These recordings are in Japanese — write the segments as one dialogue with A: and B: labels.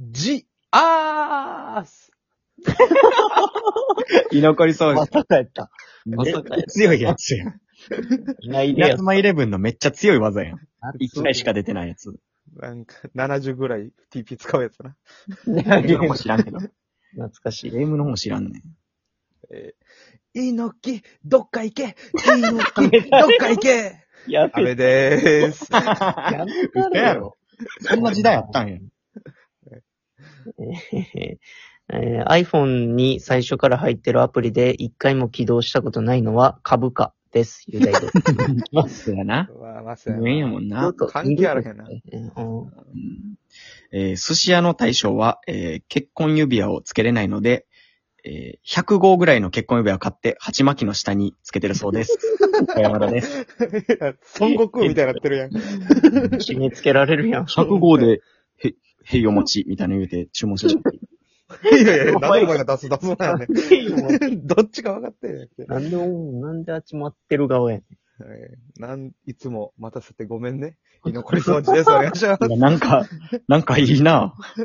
A: ジ、アース
B: 居残りそう
C: ま
B: です。
C: さかやった。
B: まさか
C: え
B: 強いやつやん。
C: いないでや
B: 稲。妻イレブンのめっちゃ強い技やん。一回しか出てないやつ。
A: なんか、70ぐらい TP 使うやつな。
B: ゲームの方知らんけど。
C: 懐かし
B: ゲ
C: い。
B: ームの方知らんねん。
A: えー、猪木、どっか行け 猪木、どっか行け
C: や
A: あれでー す。
C: やった
B: 嘘やろ。そんな時代あったんや。
C: えーえー iPhone に最初から入ってるアプリで一回も起動したことないのは株価です。由 来です。
B: まそうやな。
A: まあ、まさ
B: 無縁や
A: に。
B: もんな。
A: 関係あらへん な
C: うん
B: うんえー寿司屋の大将は、えー結婚指輪をつけれないので、えー100号ぐらいの結婚指輪を買って、鉢巻きの下につけてるそうです。小山田です。
A: いや孫悟空みたいになってるやん。
C: 締め付けられるやん。
B: 100号で、へ、へいお餅みたいなの言うて注文してしまった。
A: いやいや、なんでお前が出す出すなんやねん。どっちか分かってんやんけ。
C: なんで、なんであっち待ってる顔やね
A: えーなん、いつも待たせてごめんね。居残り掃除です。お願いしま
B: いや な んか、なんかいいな
A: す。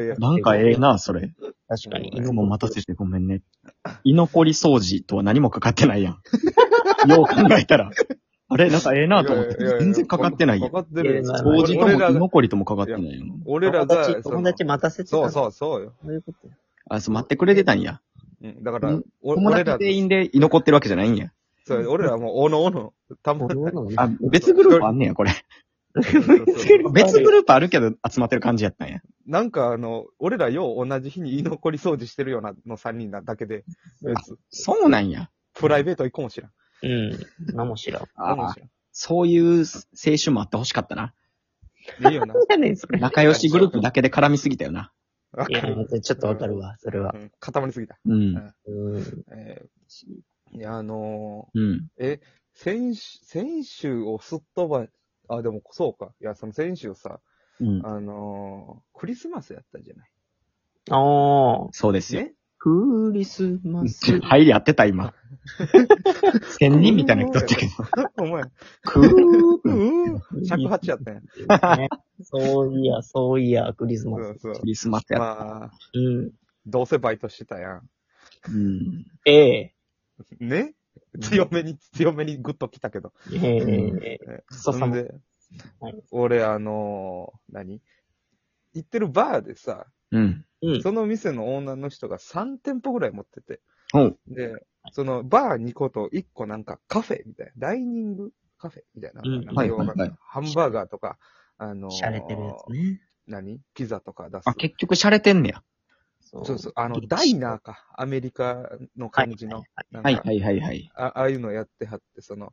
A: いや、
B: なんかええなそれ。
C: ん。確かに。
B: 犬も待たせてごめんね。居残り掃除とは何もかかってないや ん。よう考えたら。あれなんかええなと思っ
A: いや
B: て。
A: いやいや
B: 全然かかってないやん。
A: かかってるよ。
C: いやいや
B: 掃除とも
A: 俺ら
B: 居
A: が、
B: 残りともかかってないやん。
A: 俺ら
C: 友
A: が、
C: 達、
A: そ
C: 友
A: の
C: 達待たせてた。
A: そうそうそうよ。
C: そういうことや。
B: あ、そう、待ってくれてたんや。
A: うんだから
B: うん、
A: お
B: 友
A: 俺
B: 達
A: ら、
B: 全員で居残ってるわけじゃないんや。
A: そう俺らはもう、おのおの、たま
C: もうどうなの
B: あ、別グループあんねや、これ。別グループあるけど集まってる感じやったんや。
A: なんかあの、俺らよう同じ日に居残り掃除してるようなの3人なだけで、別
B: そうなんや。
A: プライベート行こうもしらん。
C: うん。なんも知らん。
A: 行こうも
B: ああ
A: し、
B: そういう青春もあってほしかったな。
A: らんいいよな。
C: やねん、それ。
B: 仲良しグループだけで絡みすぎたよな。
A: わ
C: い
A: か
C: や、
A: る。
C: ちょっとわかるわ、それは
A: う。ん、固まりすぎた。
B: うん。
C: うん。
A: えーいや、あの
B: うん。
A: ー、先週、先週をすっ飛ば、あ、でもそうか。いや、その先週さ、
B: うん。
A: あのー、クリスマスやったじゃない。
C: ああ。
B: そうですよ。
A: ね
C: クリスマス。
B: 入り合って た、今。千人みたいな人だったけど。
A: お前、
B: クーク
A: うー、尺八やったんや。
C: ねそういや、そういや、クリスマ
A: そ
C: ス。
A: うそう。
B: リスマスやった。
A: まあ、
C: うん。
A: どうせバイトしてたやん。
B: うん。
C: ええ。
A: ね強めに、強めにグッと来たけど。
C: ええ。
A: そ
C: ささ
A: ん
C: も
A: で
C: はい、
A: 俺、あのー何行ってるバーでさ、
B: うん。
C: うん。
A: その店の女の人が3店舗ぐらい持ってて。
B: ほう。
A: で、そのバー2個と1個なんかカフェみたいな、ダイニングカフェみたいな。
C: うん
A: なんかようわかんな
B: はいはい
A: ハンバーガーとか、あのー
C: しゃれてるやつね。
A: 何ピザとか出す
B: あ、。結局洒落てんねや。
C: そ
A: そうそう、あの、ダイナーか。アメリカの感じの。なんか
B: はいはいはいはい。
A: あああいうのやってはって、その、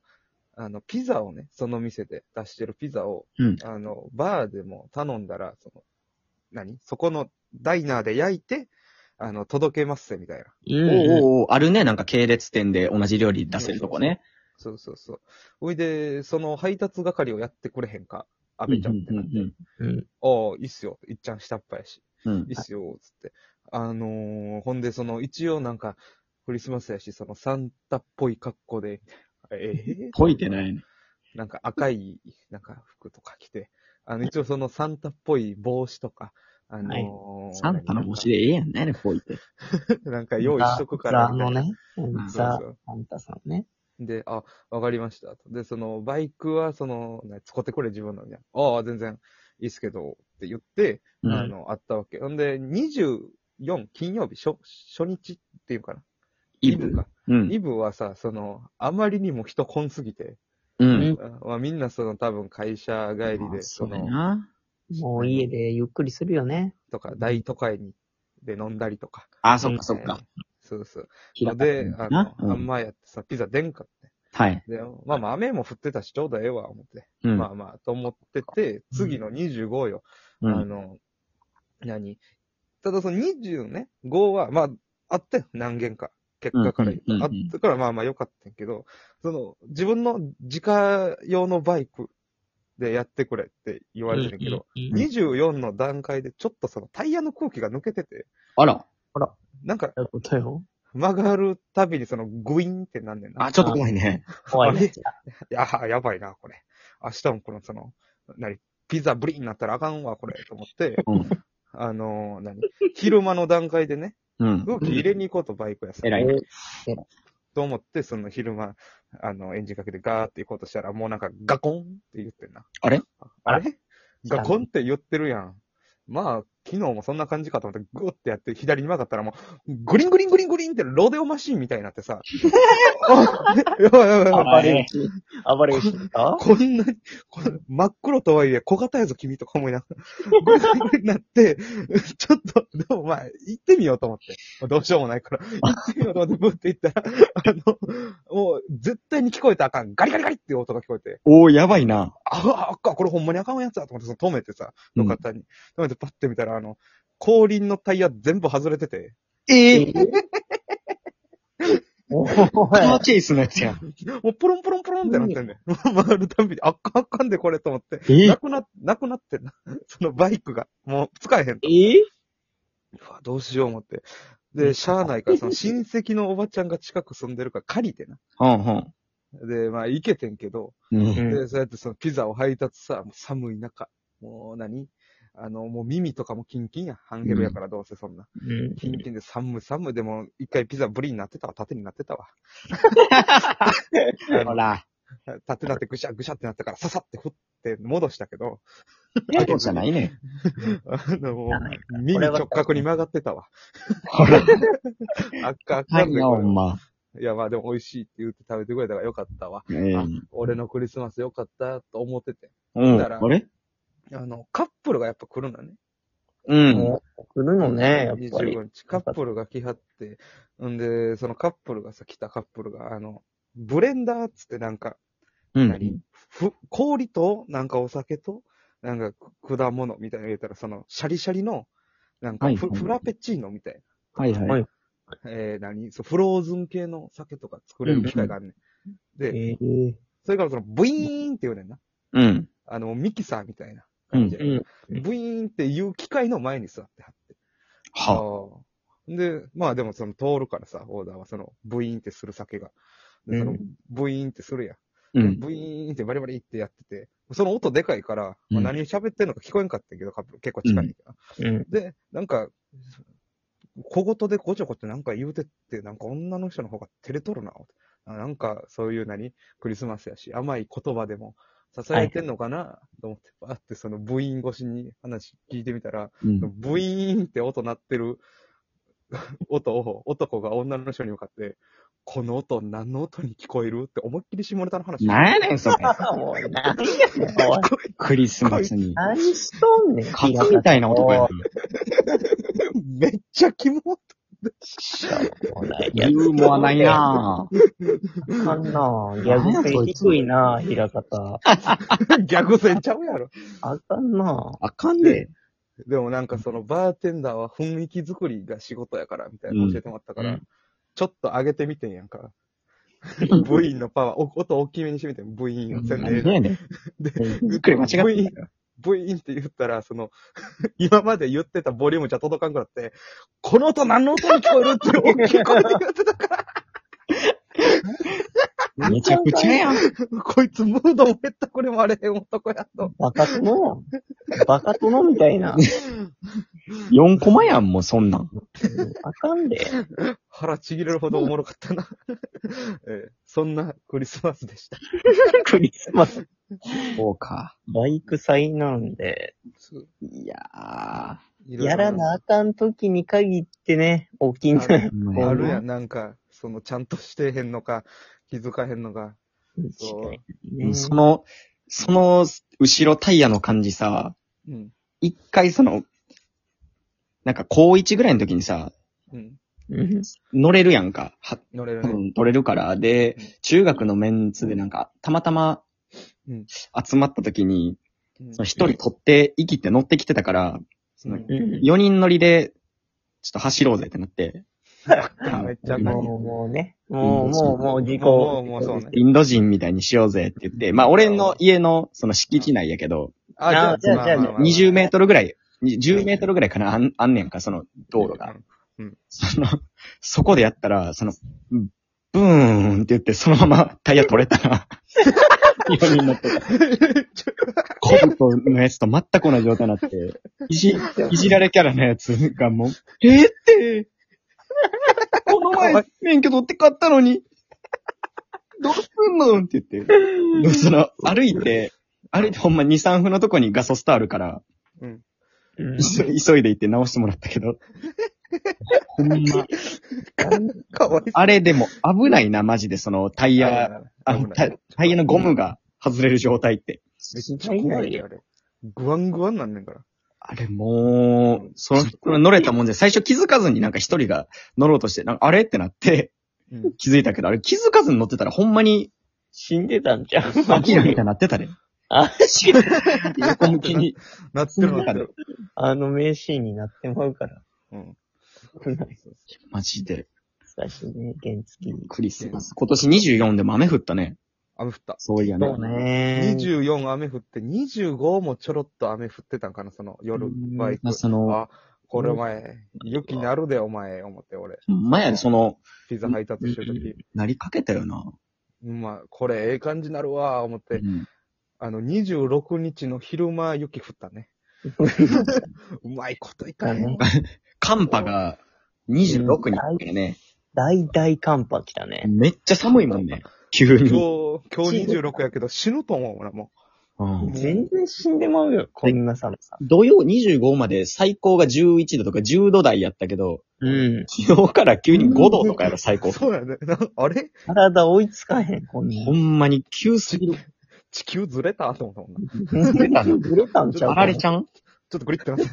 A: あの、ピザをね、その店で出してるピザを、
B: うん
A: あの、バーでも頼んだら、その、何そこのダイナーで焼いて、あの、届けますぜ、みたいな。
C: う
B: お
C: ん
B: うお
C: うん。
B: うおうあるね、なんか系列店で同じ料理出せるとこね。
A: そうそうそう。おいで、その配達係をやってくれへんか、阿部ちゃんってなって。
B: うん
C: うん。
A: ああ、いいっすよ。いっちゃん下っ端やし。
B: うんうん
A: いいっすよ、つって。あのー、ほんで、その、一応なんか、クリスマスやし、その、サンタっぽい格好で、ええ
B: 解いてないね。
A: なんか赤い、なんか服とか着て、あの、一応そのサンタっぽい帽子とか、あのー
B: サンタの帽子でええやんね、解いて。
A: なんか用意しとくか
C: ザ
A: ら
C: あ
A: みた
C: の
A: いな。
C: ね。
B: ん
C: ザ
A: そうそう・
C: サンタさんね。
A: で、あ、わかりました。で、その、バイクは、その、ね、使ってくれ自分のみたいな。ああ、全然いいっすけど、って言って、
B: うん
A: あの、あったわけ。ほんで、24、金曜日、初、初日っていうかな。
B: イブ。
A: か。
B: うん。
A: イブはさ、その、あまりにも人こんすぎて、
B: うん。
A: あまあ、みんなその多分会社帰り
B: まあ
A: で、
B: そ
A: そう
B: や
A: の、
B: な。
C: もう家でゆっくりするよね。
A: とか、大都会に、で飲んだりとか。
B: あ、そっかそっか。
A: そうそう。
B: 平田
A: で、あの、
B: うん
A: あんまやってさ、ピザ出んかっ
B: はい。
A: て。で、まあまあ雨も降ってたし、ちょうどええわ、思って。
B: うん。
A: まあまあ、と思ってて、次の25よ。
B: う
A: あ
B: ん。
A: の、何ただその20ね、5は、まあ、あったよ、何件か。結果から言うと、
B: うんうんうんうん
A: あったからまあまあ良かったんやけど、その、自分の自家用のバイクでやってくれって言われてるけど、
C: うんうんうん
A: 24の段階でちょっとそのタイヤの空気が抜けてて、
B: あら。
A: なんか
C: そういうことよ。
A: 曲がるたびにそのグイーンってなんねんな。
B: あ、ちょっと怖いね。
C: 怖いやつや。
A: や、やばいな、これ。 明日もこのその、なに、ピザブリンになったらあかんわ、これ、と思って、
B: うん。
A: あのー何昼間の段階でね、
B: うん。
A: 空気入れに行こうとバイク屋さん。
B: 偉いね。
A: と思って、その昼間、あの、エンジンかけてガーって行こうとしたら、もうなんかガコンって言ってんな。
B: あれ
A: あれガコンって言ってるやん。まあ、昨日もそんな感じかと思って、グーってやって、左に曲がったらもう、グリングリングリングリンってロデオマシンみたいになってさ。 おいおいおいおい
C: 暴れ牛。暴れ牛だ
A: こんなに、こん真っ黒とはいえ小型やぞ君とか思いながら、グリグリグリになって、ちょっと、でもまあ、行ってみようと思って。どうしようもないから、行ってみようと思って、ブーって行ったら、あの、もう、絶対に聞こえたらあかん。ガリガリガリっていう音が聞こえて、
B: おー、やばいな。
A: ああ、あっか、これほんまにあかんやつだと思って、その止めてさ、の方に。止めてパッて見たら、あの、後輪のタイヤ全部外れてて、
B: ええ
C: おお
B: カー
C: い。
B: チェイスのやつやん。
A: もうポロンポロンポロンってなってんねん。 回るたんびに、あっかんあっかんでこれと思って、
B: え
A: なくな、なくなってんな。 そのバイクが、もう使えへん。
C: え
A: うわどうしよう思って。で、しゃあないから、その親戚のおばちゃんが近く住んでるから借りてな。
B: うん
A: で、まあ、行けてんけど、
B: うん。うん。
C: うん
A: で、そうやってそのピザを配達さ、もう寒い中、もう何あの、もう耳とかもキンキンや。ハンゲルやからどうせそんな。
C: うん
A: キンキンで寒い寒い。でも、一回ピザブリになってたわ。縦になってたわ。
B: ほら。
A: 縦になってぐしゃぐしゃってなったから、ささって振って戻したけど、
B: やけじゃないね。
A: あの、も
C: じゃないう
A: 耳直角に曲がってたわ。
B: ほら。
A: あっかあっ
B: は
A: か
B: い、
A: んで
B: な、
A: こ
B: ほ
A: れ
B: んま。
A: いや、まあでも美味しいって言って食べてくれたからよかったわ。
B: ええ。
A: 俺のクリスマス良かったと思ってて。
B: うん。
A: だから
B: あれ
A: あの、カップルがやっぱ来るんだね。
B: うん。
C: もう、来るのね、やっぱり。
A: 25日、カップルが来はって。んで、そのカップルがさ、来たカップルが、あの、ブレンダーっつってなんか、
B: うん。
A: 何ふ、氷と、なんかお酒と、なんか果物みたいなの入れたら、その、シャリシャリの、なんか
B: は
A: フ、
B: いはい
A: フラペチーノみたいな。
B: はいは。
C: はいい
A: えー、何そう、フローズン系の酒とか作れる機械があるねん。で、
C: ええ
A: それからその、ブイーンって言うねんな。
B: うん。
A: あの、ミキサーみたいな感じで。
C: うんうん
A: ブイーンっていう機械の前に座ってはって。
B: は
A: ああ。で、まあでもその通るからさ、オーダーはその、ブイーンってする酒が。で、そうの
C: ん、
A: ブイーンってするやん。
B: うん。
A: ブイーンってバリバリってやってて、その音でかいから、
B: う
A: まあ、
B: ん
A: 何喋ってんのか聞こえんかったけど、カップル結構近いから、
C: うん。
A: で、なんか、小言でごちょごちょなんか言うてって、なんか女の人の方が照れとるな。あなんか、そういう何クリスマスやし、甘い言葉でも支えてんのかな、と思って、バーってその部員越しに話聞いてみたら、
B: うん。
A: ブイーンって音鳴ってる音を男が女の人に向かって、この音何の音に聞こえるって思いっきり下ネタの話。
B: なんやねん、それ。
C: もう、何やねん、おい。
B: クリスマスに。
C: 何しとんねん。
B: カツみたいな男や
A: めっちゃキモ
C: しょうもない
B: な。ユーモアないなぁ。
C: あかんなぁ。ギャグ性低いなぁ、平方。
A: 逆線ちゃうやろ。
C: あかんなぁ。
B: あかんで。
A: でもなんかそのバーテンダーは雰囲気作りが仕事やからみたいなの教えてもらったから、
C: うん
A: ちょっと上げてみてんやん か。ブイーンのパワー、お音大きめにしてみてん、ブイーンをせん
B: な
A: でええ
B: ん
A: の
B: でやねん。ゆっくり間違
A: ブイ
B: っ
A: ーンブイーンって言ったら、その、 今まで言ってたボリュームじゃ届かんくなって、この音何の音に聞こえるって大きい声で言ってたか
B: た。めちゃくちゃやん。
A: ら、 こいつムードも減ったこれもあれへん男やと。
C: バカ殿やん。バカ殿みたいな。
B: 4コマやん、もうそんなん。
C: あかんで。
A: 腹ちぎれるほどおもろかったな。 ええそんなクリスマスでした。
C: クリスマス。
B: そうか。
C: バイク祭なんで、
B: いや
C: やらなあかん時に限ってね、起きない。
B: ー。
A: あるやん、なんか、その、ちゃんとしてへんのか、気づかへんのか。そう
B: うんその、その、後ろタイヤの感じさ、
A: うん。
B: 一回その、なんか高1ぐらいの時にさ、
A: うん。
C: うん
B: 乗れるやんか。は、
A: 乗れる
B: 多
A: ね。
B: 分取れるから。で
A: うん、
B: 中学のメンツでなんか、たまたま
A: うん、
B: 集まった時に、
A: うん
B: その一人取って、息って乗ってきてたから、その
A: うん
C: うん
B: 4人乗りで、ちょっと走ろうぜってなって。
A: めっちゃあかんやん
C: もう、もうね。もう、もう、もう、事
A: も
C: 故。
A: う、もうそうね。
B: インド人みたいにしようぜって言って、まあ俺の家のその敷地内やけど、
C: あじゃあじゃあ
A: ままま
B: 20メートルぐらい、に10メートルぐらいかな、あんあんねんか、その道路が。。その、そこでやったら、その、ブうーんって言って、そのままタイヤ取れたら、色になってた。コブトのやつと全く同じ状態になって、いじ、いじられキャラのやつがもう、えーって、この前免許取って買ったのに、どうすんのって言って。でもその、歩いて、歩いてほんま2、3分のとこにガソスタあるから、
A: うん。
C: うん
B: 急い急いで行って直してもらったけど。 ほんま。
A: かわい
B: あれでも危ないな、マジで。そのタイ
A: い
B: ヤ、あのタタイヤのゴムが外れる状態って。
A: めっちゃ怖いよ、あれ。ぐわんぐわんなんねんから。
B: あれもう、その人乗れたもんで、最初気づかずになんか一人が乗ろうとして、なんかあれってなって
A: うん。
B: 気づいたけど、あれ気づかずに乗ってたらほんまに、
C: 死んでたんじゃん。
B: アキラみたいになってたで。
C: あ、死んでた
B: 横向きに。
A: なってるなってる。
C: あの名シーンになってまうから。
A: うん。
C: 危ない。
B: マジで。
C: 難しいね、原付き。
B: クリスマス。今年24でも雨降ったね。
A: 雨降った。
B: そういやね。
C: ね
A: 24雨降って、25もちょろっと雨降ってたんかな、その夜バイク
B: まあ、。その、
A: あ、これお前、雪なるでお前、思って俺。
B: 前その、
A: ピザ配達してる時
B: なりかけたよな。
A: まあ、これええ感じなるわ、思っ
B: う
A: て。
B: ん
A: あの、26日の昼間雪降った ね。うまいこといかへんわ。
B: 寒波が26にあってね、
C: 大大寒波来たね。
B: めっちゃ寒いもんね。急
A: 今日
B: に。、
A: 今日26やけど死ぬと思うな、も
B: うん
C: 全然死んでまうよ、こんな寒さ。
B: 土曜25まで最高が11度とか10度台やったけど、
C: うん。
B: 昨日から急に5度とかやろ、最
A: う。
B: 高。
A: そうやね。なあれ
C: 体追いつかへん、こん
B: ほ
C: なん
B: まに急すぎる。
A: 地球ずれたと思ったもんな。ちょ。
B: ずれた の
C: ずれたんちゃう
B: あ
C: から
B: れちゃん
A: っとグリってなって。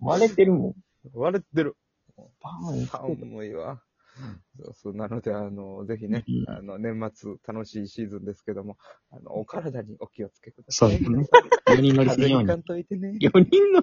C: 割れてるもん。
A: 割れてる。
C: バーン。
A: 寒いわ。そうそう。なので、あの、ぜひね、あの、年末楽しいシーズンですけども、あの、お体にお気をつけくださ
B: そう
A: い。
B: ですね。4人乗りす
A: 風
B: るよ
A: 邪
B: う に
A: ひか。んといてね。
B: 4人乗り